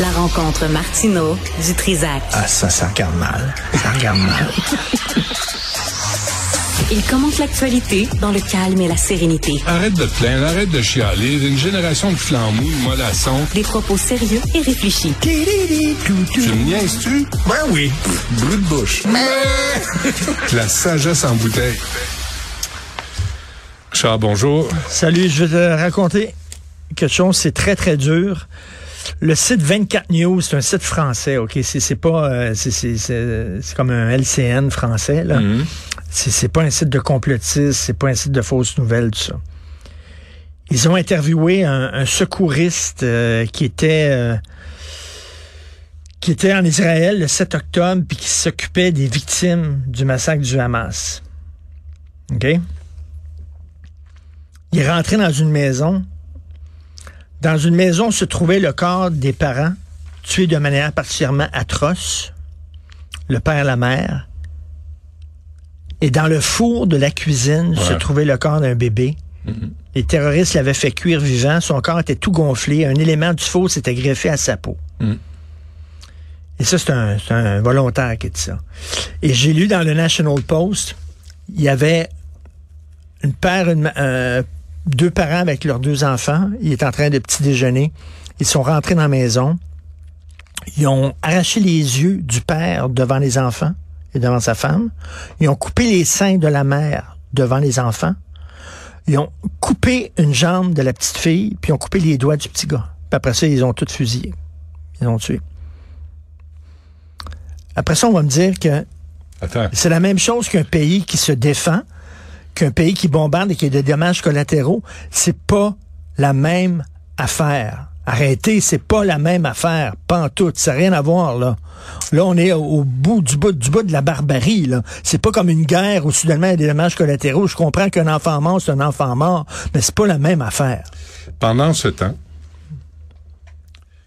La rencontre Martino du Trizac. Ah, ça, ça regarde mal. Ça regarde mal. Il commente l'actualité dans le calme et la sérénité. Arrête de te plaindre, arrête de chialer. Une génération de flambouilles, de mollassons. Des propos sérieux et réfléchis. Tu me niaises-tu? Ben oui. Brut de bouche. La sagesse en bouteille. Richard, bonjour. Salut, je vais te raconter quelque chose, c'est très très dur. Le site 24 News, c'est un site français, ok? C'est c'est pas, euh, c'est- c'est c'est- c'est comme un LCN français, Mm. là. Hmm? C'est c'est pas un site de complotistes, c'est pas un site de fausses nouvelles, tout ça. Ils ont interviewé un, un secouriste euh, qui était euh, qui était en Israël le 7 octobre puis qui s'occupait des victimes du massacre du Hamas. OK? Il est rentré dans une maison. Dans une maison se trouvait le corps des parents, tués de manière particulièrement atroce, le père, la mère. Et dans le four de la cuisine se trouvait le corps d'un bébé. Les terroristes l'avaient fait cuire vivant, son corps était tout gonflé, un élément du faux s'était greffé à sa peau. Et ça, c'est un, c'est un volontaire qui dit ça. Et j'ai lu dans le National Post, il y avait une paire, une ma- euh, deux parents avec leurs deux enfants. Ils étaient en train de petit déjeuner. Ils sont rentrés dans la maison. Ils ont arraché les yeux du père devant les enfants et devant sa femme. Ils ont coupé les seins de la mère devant les enfants. Ils ont coupé une jambe de la petite fille, puis ils ont coupé les doigts du petit gars. Puis après ça, ils ont tout fusillé. Ils ont tué. Après ça, on va me dire que Attends. c'est la même chose qu'un pays qui se défend, qu'un pays qui bombarde et qui a des dommages collatéraux. C'est pas la même affaire. Arrêtez, c'est pas la même affaire. Pas en tout. Ça n'a rien à voir, là. Là, on est au- au bout du bout du bout de la barbarie, là. C'est pas comme une guerre où soudainement il y a des dommages collatéraux. Je comprends qu'un enfant mort, c'est un enfant mort, mais c'est pas la même affaire. Pendant ce temps,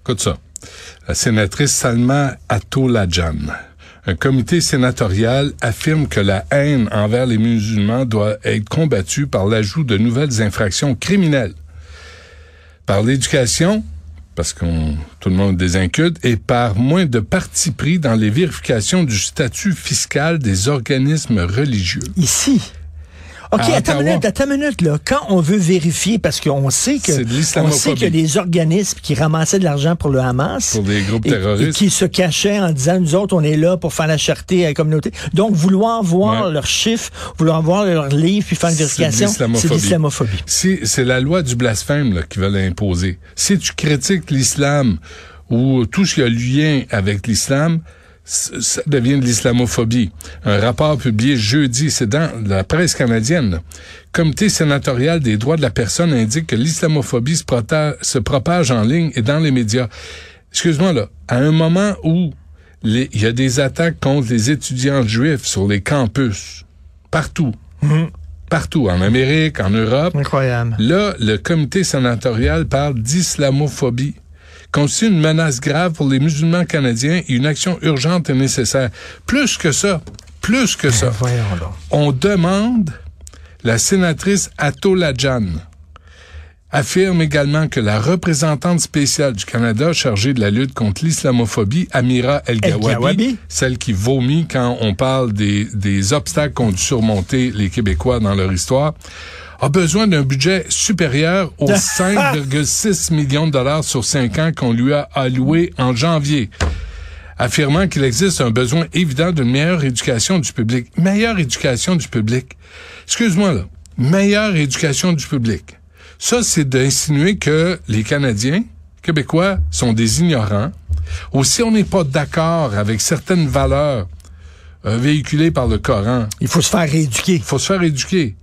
écoute ça, la sénatrice Salma Atolajan, un comité sénatorial affirme que la haine envers les musulmans doit être combattue par l'ajout de nouvelles infractions criminelles, par l'éducation, parce que tout le monde des incultes, et par moins de parti pris dans les vérifications du statut fiscal des organismes religieux. Ici. OK, À attends une Ottawa. minute, attends une minute, là. Quand on veut vérifier, parce qu'on sait que, C'est de on l'islamophobie. sait que les organismes qui ramassaient de l'argent pour le Hamas. Pour des groupes et- Et, terroristes. qui se cachaient en disant, nous autres, on est là pour faire la charité à la communauté. Donc, vouloir voir Ouais. leurs chiffres, vouloir voir leurs livres, puis faire une C'est de vérification, c'est de l'islamophobie. Si- C'est la loi du blasphème là, qu'ils veulent imposer. Si tu critiques l'islam ou tout ce qui a lien avec l'islam, c- ça devient de l'islamophobie. Un rapport publié jeudi, c'est dans la presse canadienne. là. Comité sénatorial des droits de la personne indique que l'islamophobie se, prota- se propage en ligne et dans les médias. Excuse-moi là, à un moment où les- il y a des attaques contre les étudiants juifs sur les campus, partout, partout, en Amérique, en Europe. Incroyable. Là, le comité sénatorial parle d'islamophobie. Constitue une menace grave pour les musulmans canadiens et une action urgente est nécessaire. Plus que ça, plus que ça, Voyons là. on demande la sénatrice Atolajan affirme également que la représentante spéciale du Canada chargée de la lutte contre l'islamophobie, Amira El Gawabi. El-Gawabi, celle qui vomit quand on parle des, des obstacles qu'ont dû surmonter les Québécois dans leur histoire, a besoin d'un budget supérieur aux 5,6 millions de dollars sur 5 ans qu'on lui a alloué en janvier affirmant qu'il existe un besoin évident d'une meilleure éducation du public. Meilleure éducation du public. Excuse-moi là. Meilleure éducation du public. Ça, c'est d'insinuer que les Canadiens, Québécois, sont des ignorants. Ou si on n'est pas d'accord avec certaines valeurs euh, véhiculées par le Coran, Il faut se faire rééduquer. il faut se faire éduquer.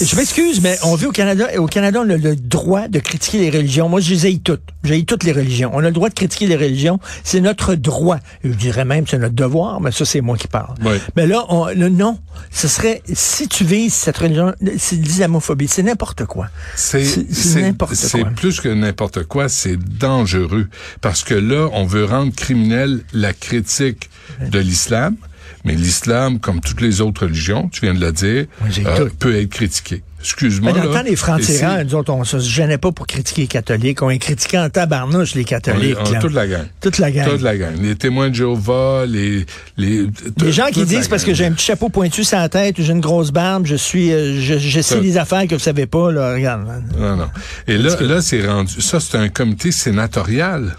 Je m'excuse, mais on vit au Canada et au Canada, on a le droit de critiquer les religions. Moi, je les haïs toutes. J'ai toutes les religions. On a le droit de critiquer les religions. C'est notre droit. Je dirais même c'est notre devoir, mais ça, c'est moi qui parle. Oui. Mais là, on- le non, ce serait, si tu vises cette religion, c'est de l'islamophobie. C'est n'importe quoi. C'est C'est- c'est c'est- n'importe C'est quoi. plus que n'importe quoi, c'est dangereux. Parce que là, on veut rendre criminelle la critique de l'islam. Mais l'islam, comme toutes les autres religions, tu viens de le dire, euh, Oui, j'ai tout. peut être critiqué. excuse-moi. Mais dans le là, temps des et francs-tirants, nous autres, on se gênait pas pour critiquer les catholiques. On les critiquait en tabarnouche, les c'est- on est- catholiques. on- là. toute la gang. Toute la gang. Toute la gang. Les témoins de Jéhovah, les... Les, Les tout- gens qui toute la disent parce que gang. j'ai un petit chapeau pointu sur la tête ou j'ai une grosse barbe, je suis, euh, je, je sais Ça- des affaires que vous savez pas, là, regarde. Non, non. Et là, là c'est rendu. Ça, c'est un comité sénatorial.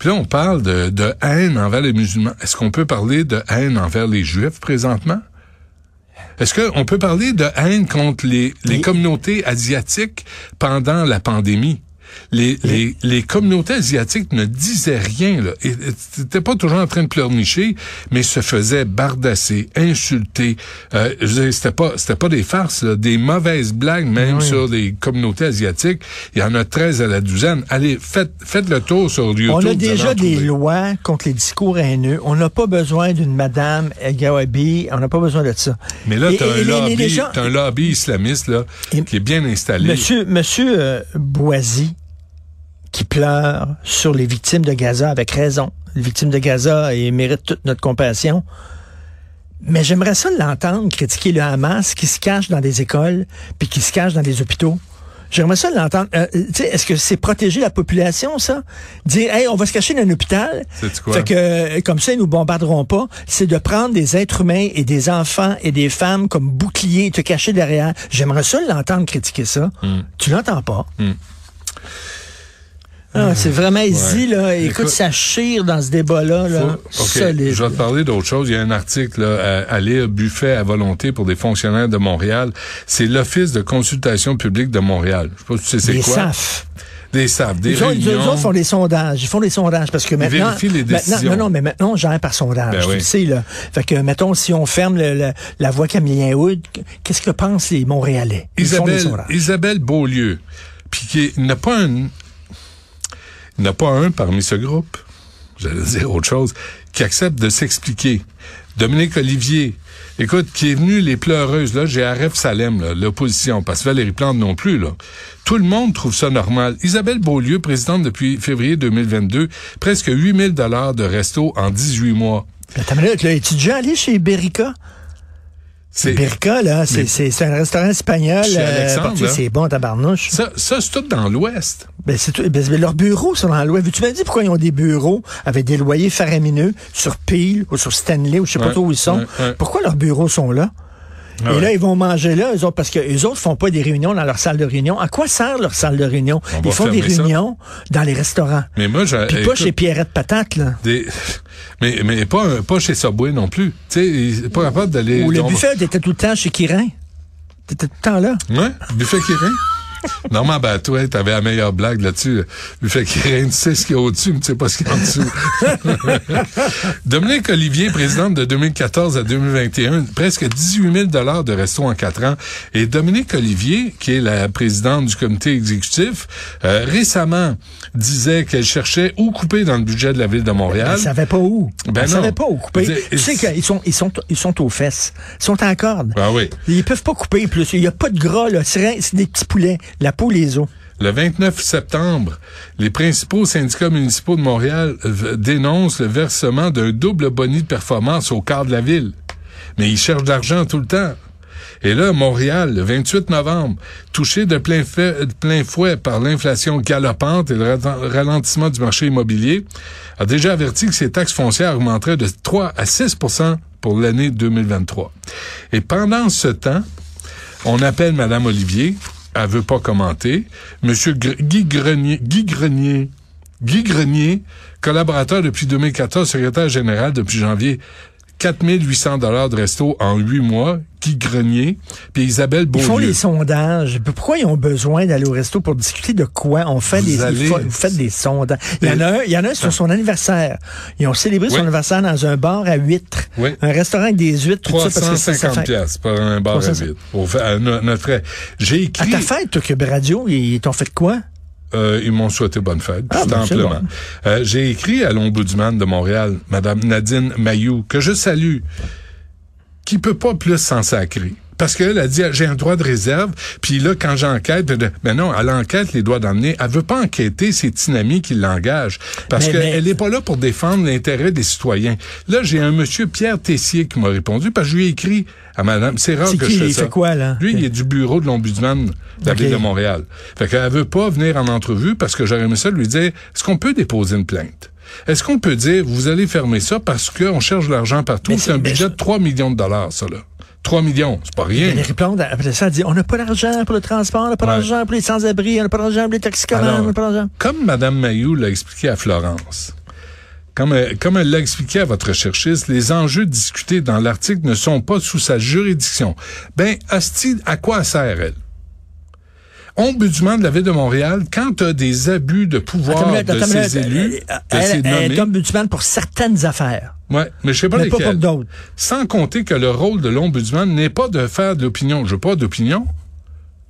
Puis là, on parle de, de haine envers les musulmans. Est-ce qu'on peut parler de haine envers les juifs présentement? Est-ce qu'on peut parler de haine contre les, les communautés asiatiques pendant la pandémie? Les, les, les communautés asiatiques ne disaient rien. Là. Et- et C'était pas toujours en train de pleurnicher, mais se faisaient bardasser, insulter. Euh, je veux dire, c'était pas c'était pas des farces, là, des mauvaises blagues même sur les communautés asiatiques. Il y en a 13 à la douzaine. Allez, faites faites le tour sur YouTube. On vous a allez en déjà des trouver. lois contre les discours haineux. On n'a pas besoin d'une madame El Gawabi. On n'a pas besoin de ça. Mais là, Et- t'as et- un, et les- les- lobby- les gens- t'as un lobby islamiste là, Et- qui est bien installé. Monsieur, monsieur euh, Boisy, qui pleure sur les victimes de Gaza avec raison. Les victimes de Gaza et méritent toute notre compassion. Mais j'aimerais ça l'entendre critiquer le Hamas qui se cache dans des écoles puis qui se cache dans des hôpitaux. J'aimerais ça l'entendre. Euh, tu sais, Est-ce que c'est protéger la population, ça? Dire, hey, on va se cacher dans un hôpital. Sais-tu quoi? Fait que, euh, comme ça, ils nous bombarderont pas. C'est de prendre des êtres humains et des enfants et des femmes comme boucliers et te cacher derrière. J'aimerais ça l'entendre critiquer ça. Hmm. Tu l'entends pas. Ah, c'est vraiment easy, là. Écoute, Hmm. Écoute, ça chire dans ce débat-là, là. Faut- OK, Solide. Je vais te parler d'autre chose. Il y a un article là, à, à lire, Buffet à volonté pour des fonctionnaires de Montréal. C'est l'Office de consultation publique de Montréal. Je sais pas si tu sais c'est Les quoi. SAF. Des SAF, des Ils ont- ils, réunions. autres font des sondages. Ils font des sondages parce que maintenant. vérifient les maintenant- décisions. non, non, mais maintenant, on gère par sondage. Ben tu oui. le sais, là. Fait que, mettons, si on ferme le- le- la voie Camillien-Hood, qu'est-ce que pensent les Montréalais? Ils font des Isabelle, sondages. Isabelle Beaulieu, puis qui n'a pas un, n'a pas un parmi ce groupe, j'allais dire autre chose, qui accepte de s'expliquer. Dominique Olivier, écoute, qui est venu les pleureuses, là, j'ai Aref Salem, là, l'opposition, parce que Valérie Plante non plus, là. Tout le monde trouve ça normal. Isabelle Beaulieu, présidente depuis février 2022, presque 8000 dollars de resto en 18 mois. Attends une minute, là, es-tu déjà allé chez Berica? C'est, Berica, là, c'est- Mais- c'est c'est un restaurant espagnol. Chez Alexandre, parti- là. c'est bon, tabarnouche. ça, ça, c'est tout dans l'Ouest. Ben, c'est tout. Ben, c'est- ben, leurs bureaux sont dans l'Ouest. Tu m'as dit pourquoi ils ont des bureaux avec des loyers faramineux sur Peel ou sur Stanley ou je sais pas Ouais, trop où ils sont. ouais, ouais. Pourquoi leurs bureaux sont là? Ah Et ouais. là, ils vont manger là, eux autres, parce que eux autres font pas des réunions dans leur salle de réunion. À quoi sert leur salle de réunion? On ils va font des fermer ça. réunions dans les restaurants. Mais moi, j'ai, Puis pas écoute, chez Pierrette Patate, là. Des- Mais, mais pas, un- pas chez Subway non plus. Tu sais, pas capable d'aller. Ou le donc- buffet, t'étais tout le temps chez Kirin. T'étais tout le temps là. Ouais, buffet Kirin. Normand, ben, toi, t'avais la meilleure blague là-dessus. Buffet Kirin, tu sais ce qu'il y a au-dessus, mais tu sais pas ce qu'il y a en dessous. Dominique Olivier, présidente de 2014 à 2021, presque 18 000 de resto en quatre ans. Et Dominique Olivier, qui est la présidente du comité exécutif, euh, récemment disait qu'elle cherchait où couper dans le budget de la ville de Ils Montréal. savaient pas où. Hein? Ben ils non. savaient pas où couper. Je veux dire, Tu sais c'est- qu'ils sont, ils sont, ils sont aux fesses. Ils sont en corde. Ah oui. Ils peuvent pas couper plus. Il y a pas de gras, là. C'est rien- c'est des petits poulets. La peau, les os. Le 29 septembre, les principaux syndicats municipaux de Montréal euh, dénoncent le versement d'un double boni de performance au quart de la ville. Mais ils cherchent de l'argent tout le temps. Et là, Montréal, le 28 novembre, touché de plein, fait- de plein fouet par l'inflation galopante et le ra- ralentissement du marché immobilier, a déjà averti que ses taxes foncières augmenteraient de 3 à 6 pour l'année 2023. Et pendant ce temps, on appelle Madame Olivier. Elle veut pas commenter. Monsieur Gr- Guy Grenier, Guy Grenier, Guy Grenier, collaborateur depuis 2014, secrétaire général depuis janvier. 4800 dollars de resto en huit mois, Guy Grenier, puis Isabelle Ils font Beaulieu. les sondages. Puis Pourquoi ils ont besoin d'aller au resto pour discuter de quoi? On fait Vous des, allez- Ah. ils font- vous faites des sondages. Il y en a un, il y en a un sur son anniversaire. Ils ont célébré son Oui. anniversaire dans un bar à huîtres. Oui. Un restaurant avec des huîtres, tout ça, parce que ça, ça 350 fait... pièces par un bar à 350. vide. Au fait, à euh, no- notre frais. J'ai À écrit, ta fête, toi, Cube Radio, ils t'ont fait quoi? euh, ils m'ont souhaité bonne fête, Ah, tout ben, c'est amplement. bon. Euh, J'ai écrit à l'ombudsman de Montréal, Madame Nadine Mayou, que je salue, qui peut pas plus s'en sacrer. Parce qu'elle a dit, j'ai un droit de réserve. Puis là, quand j'enquête, mais non, elle enquête les doigts d'emmener. Elle veut pas enquêter, c'est Tinami qui l'engage. Parce Mais- mais- qu'elle n'est pas là pour défendre l'intérêt des citoyens. Là, j'ai un monsieur, Pierre Tessier, qui m'a répondu, parce que je lui ai écrit à madame. C'est rare C'est que qui, je fais il ça. fait quoi, là? Lui, il est du bureau de l'Ombudsman de la Ok. Ville de Montréal. Fait qu'elle veut pas venir en entrevue parce que j'aurais aimé ça lui dire, est-ce qu'on peut déposer une plainte? Est-ce qu'on peut dire, vous allez fermer ça parce qu'on cherche de l'argent partout? Mais C'est un c'est- budget de 3 millions de dollars, ça, là. 3 millions, c'est pas rien. Valérie Plante, après ça, elle dit, on n'a pas d'argent pour le transport, on n'a pas Ouais. d'argent pour les sans-abri, on n'a pas d'argent pour les toxicomanes, Alors, on n'a pas d'argent. Ah Comme Mme Mayou l'a expliqué à Florence, comme elle, comme elle l'a expliqué à votre recherchiste, les enjeux discutés dans l'article ne sont pas sous sa juridiction. Ben, Asti, à quoi sert elle? Ombudsman de la Ville de Montréal, quand tu as des abus de pouvoir Attends une minute, de attends une ses minute. élus, de Elle, ses elle, elle est nommés, ombudsman pour certaines affaires. ouais, mais je sais pas Mais pas pour lesquels. d'autres. Sans compter que le rôle de l'ombudsman n'est pas de faire de l'opinion. Je veux pas d'opinion.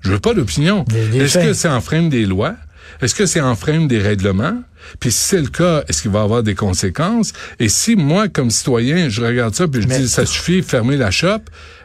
Je veux pas d'opinion. Des- des Est-ce faits. que c'est en frame des lois? Est-ce que c'est en frame des règlements? Puis si c'est le cas, est-ce qu'il va y avoir des conséquences? Et si moi, comme citoyen, je regarde ça puis je Mais- dis ça suffit, fermez la shop,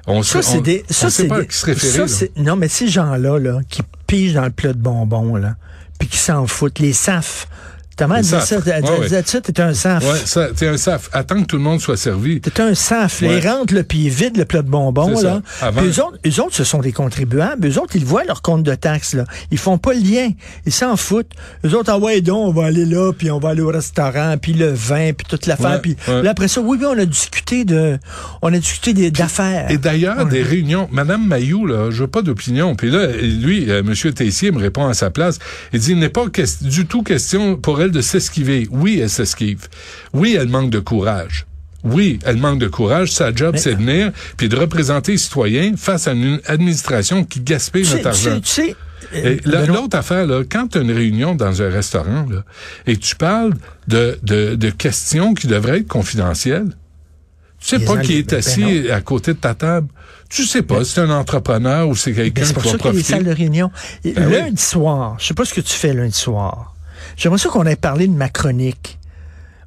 on Ça, sait, c'est on, des. on Ça, sait c'est pas à des- qui se référer. ça, là. c'est- Non, mais ces gens-là, là, qui pigent dans le plat de bonbons, là, puis qui s'en foutent, les SAF. Ta mère Les disait SAF, ça, elle ouais, disait- ouais. disait ça, t'es un SAF. Ouais, ça, t'es un saf. Attends que tout le monde soit servi. T'es un SAF. là. Ouais. Ils rentrent, là, puis ils vident le plat de bonbons, C'est là. ça. Avant- Puis eux autres, eux autres, ce sont des contribuables. Eux autres, ils voient leur compte de taxes, là. Ils font pas le lien. Ils s'en foutent. Eux autres, ah ouais, donc, on va aller là, puis on va aller au restaurant, puis le vin, puis toute l'affaire. Ouais, puis ouais. là, après ça, oui, oui, on a discuté de... On a discuté des- d'affaires. Et d'ailleurs, des réunions. Madame Mayou, là, je veux pas d'opinion. Puis là, lui, euh, Monsieur Tessier me répond à sa place. Il dit, il n'est pas ques- du tout question pour elle de s'esquiver. Oui, elle s'esquive. Oui, elle manque de courage. Oui, elle manque de courage. Sa job, c'est de venir puis de représenter les citoyens face à une administration qui gaspille Tu sais, notre tu sais, argent. tu sais, euh, Et la- Benoît- L'autre affaire, là, quand tu as une réunion dans un restaurant là, et tu parles de, de, de questions qui devraient être confidentielles, tu sais Les pas gens qui les- est ben assis à côté de ta table. Tu sais pas si c'est un entrepreneur ou c'est Ben, quelqu'un c'est qui pour va ça qu'il y a des profiter. salles de réunion. Et Ben oui. lundi soir, je sais pas ce que tu fais lundi soir. J'aimerais ça qu'on ait parlé de ma chronique.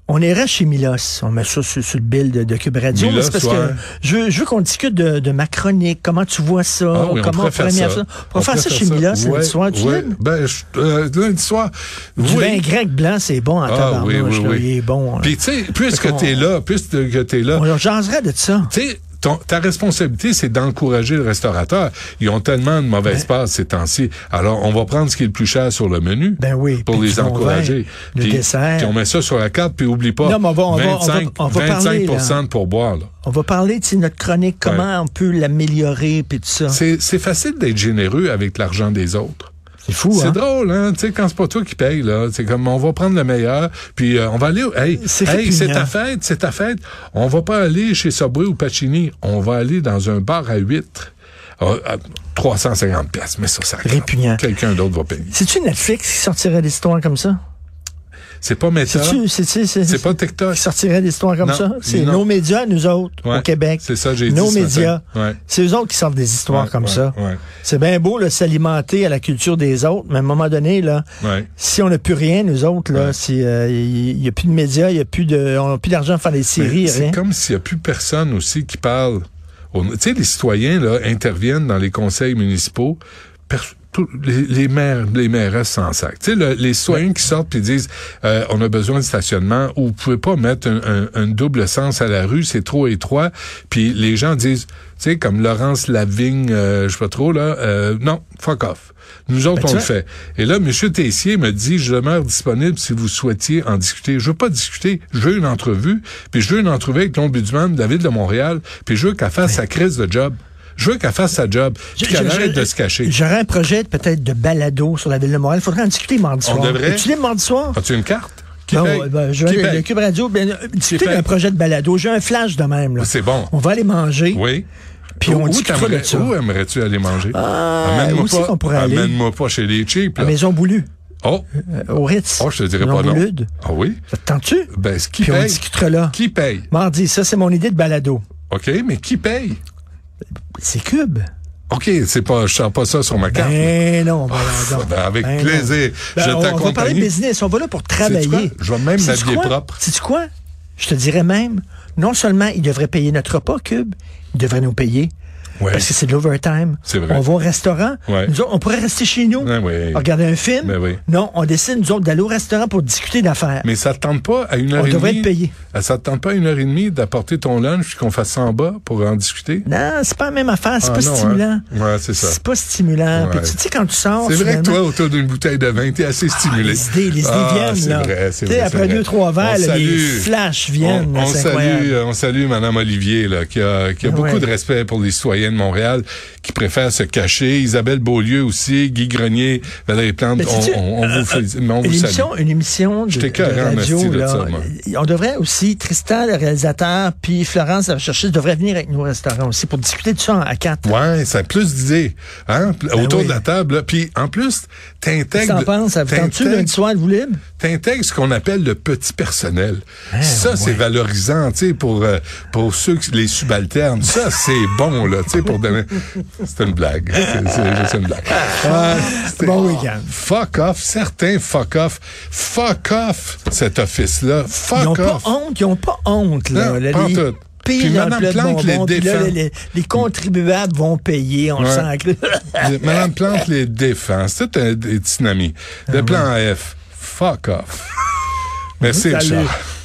On ira chez Milos. On met ça sur, sur le bill de, de Cube Radio. Milos, mais c'est parce ouais. que je veux, je veux qu'on discute de, de ma chronique. Comment tu vois ça? Ah oui, on comment pourrait faire ça. On pourrait faire ça pourrait chez Milos Ouais, lundi soir. Tu ouais. l'aimes? Ben, je- euh, lundi soir. Du oui. vin grec blanc, c'est bon en Ah oui, tabarnouche, oui, là. oui. Il est bon. là. Puis tu sais, Fait puisque qu'on- t'es là, puisque t'es là, On jaserait de ça. tu sais, ton- ta responsabilité, c'est d'encourager le restaurateur. Ils ont tellement de mauvaises passes ces temps-ci. Alors, on va prendre ce qui est le plus cher sur le menu. Ben oui, Pour puis les du bon encourager. vin, le dessert. Puis on met ça sur la carte, puis oublie pas. Non, mais on va- on va- on va- 25, on va parler, Ah. 25 de pourboire, là. On va parler de notre chronique, comment on peut l'améliorer, puis tout ça. C'est c'est facile d'être généreux avec l'argent des autres. C'est fou, C'est hein? drôle, hein? Tu sais, quand c'est pas toi qui paye, là, c'est comme on va prendre le meilleur, puis euh, on va aller. au- Hey, C'est hey, c'est répugnant. ta fête, c'est ta fête. On va pas aller chez Sobry ou Pacini. On va aller dans un bar à huîtres. Ah, à 350 pièces, mais ça, ça craint. Répugnant. Quelqu'un d'autre va payer. C'est-tu Netflix qui sortirait des histoires comme ça? C'est pas Meta, C'est-tu, c'est, c'est, c'est, c'est pas TikTok. qui sortirait des histoires comme Non, ça? C'est non. nos médias, nous autres, Ouais, au Québec. c'est ça, j'ai dit Nos ce médias. matin. Ouais. C'est eux autres qui sortent des histoires Ouais, comme ouais, ça. ouais. C'est bien beau, là, s'alimenter à la culture des autres, mais à un moment donné, là, Ouais. si on n'a plus rien, nous autres, là, Ouais. si, euh, il n'y a plus de médias, il y a plus de, on n'a plus d'argent pour faire des séries, Mais C'est rien. comme s'il n'y a plus personne aussi qui parle. au- Tu sais, les citoyens là, interviennent dans les conseils municipaux. Pers- tout- les, les maires, les mairesses s'en sac. Tu sais, le- les citoyens qui sortent puis disent euh, on a besoin de stationnement ou vous pouvez pas mettre un, un- un double sens à la rue, c'est trop étroit. Puis les gens disent, tu sais, comme Laurence Lavigne, euh, je sais pas trop là, euh, non, fuck off. Nous autres, Ben, tu on le vois- fait. Et là, M. Tessier me dit, je demeure disponible si vous souhaitiez en discuter. Je veux pas discuter, je veux une entrevue, puis je veux une entrevue avec l'ombudsman de la ville de Montréal, puis je veux qu'elle fasse sa crise de job. Je veux qu'elle fasse sa job, puis qu'elle arrête de se cacher. J'aurais un projet peut-être de balado sur la ville de Montréal. Faudrait en discuter mardi On soir. devrait. Tu libre mardi soir? As-tu une carte? Qui Non, paye? ben, je Qui vais aller- paye? le Cube Radio, ben, euh, discuter paye? d'un projet de balado. J'ai un flash de même. là. C'est bon. On va aller manger. Oui. Puis on Où- où discutera t'aimerais- de ça. Où euh, aimerais-tu aller manger? Ah, Amène-moi où c'est pas- qu'on pourrait aller? Ah, Amène-moi pas chez les cheap. À là. Maison Boulu, Oh, euh, au Ritz. oh, je te dirais Maison pas non. Boulude. Ah oui? Ça te tente-tu? Ben, ce qui Puis on paye. discutera là. Qui paye? Mardi, ça, c'est mon idée de balado. OK, mais qui paye? C'est Cube. OK, c'est pas, je sens pas ça sur ma carte. Ben non, ben non. ben, avec Ben non. plaisir. Ben, Je on, on va t'accompagne. parler business. On va là pour travailler. quoi? Je vais même Sais-tu m'habiller quoi? propre. Sais-tu quoi? Je te dirais même, non seulement il devrait payer notre repas, Cube, il devrait nous payer. Ouais. parce que c'est de l'overtime. C'est vrai. On va au restaurant. Ouais. Nous autres, on pourrait rester chez nous, Ouais, ouais. regarder un film. Ben oui. Non, on décide, nous autres, d'aller au restaurant pour discuter d'affaires. Mais ça te tente pas à une heure On et demie. euh, devrait être payé. Ça te tente pas à une heure et demie d'apporter ton lunch puis qu'on fasse ça en bas pour en discuter? Non, c'est pas la même affaire, c'est Ah, pas non, hein. stimulant. Ouais, c'est ça. C'est pas stimulant. Puis Ouais. tu sais, quand tu sors, C'est vrai que finalement, toi, autour d'une bouteille de vin, t'es assez stimulé. les idées, les idées Ah, viennent, c'est là. Vrai, Tu c'est sais, vrai, après c'est deux, vrai. trois verres, On là, les salue- flashs viennent. On, on c'est salue, incroyable. Ah euh, on salue Madame Olivier, là, qui a, qui a Ouais. beaucoup de respect pour les citoyens de Montréal, qui préfèrent se cacher. Isabelle Beaulieu aussi, Guy Grenier, Valérie Plante, Mais sais-tu, euh, on, on- on vous, félici- mais on Une vous salue. émission, une émission de, J'étais de carré en radio, asti hein, de là, ça, moi. on devrait aussi, Tristan, le réalisateur, puis Florence, la recherchiste, devraient venir avec nous au restaurant aussi pour discuter de ça à quatre. Ouais, ça a plus d'idées, hein, pl- autour Ben oui. de la table. là. Puis en plus, Qu'est-ce que t'intègres, t'en penses? Ça vous tente-tu t'intègres- lundi soir, vous libre? t'intègres ce qu'on appelle le petit personnel. Hein, ça, c'est valorisant, tu sais, pour euh, pour ceux qui les subalternes. Ça, c'est bon là, tu sais, pour donner. C'est une blague. C'est c'est juste une blague. Ah, c'était- Bon week-end. Fuck off, certains fuck off, fuck off cet office là, fuck Ils n'ont pas off. honte, ils n'ont pas honte. Là, Non, Là, pas en les tout. pires Puis Mme emplois de Plante les bonbons, puis là, défend. les, les- les contribuables vont payer, on le Ouais. sent. que- Madame Plante les défend. C'est tout un des tsunamis. Le plan F. Fuck off. Merci, Salut. Richard.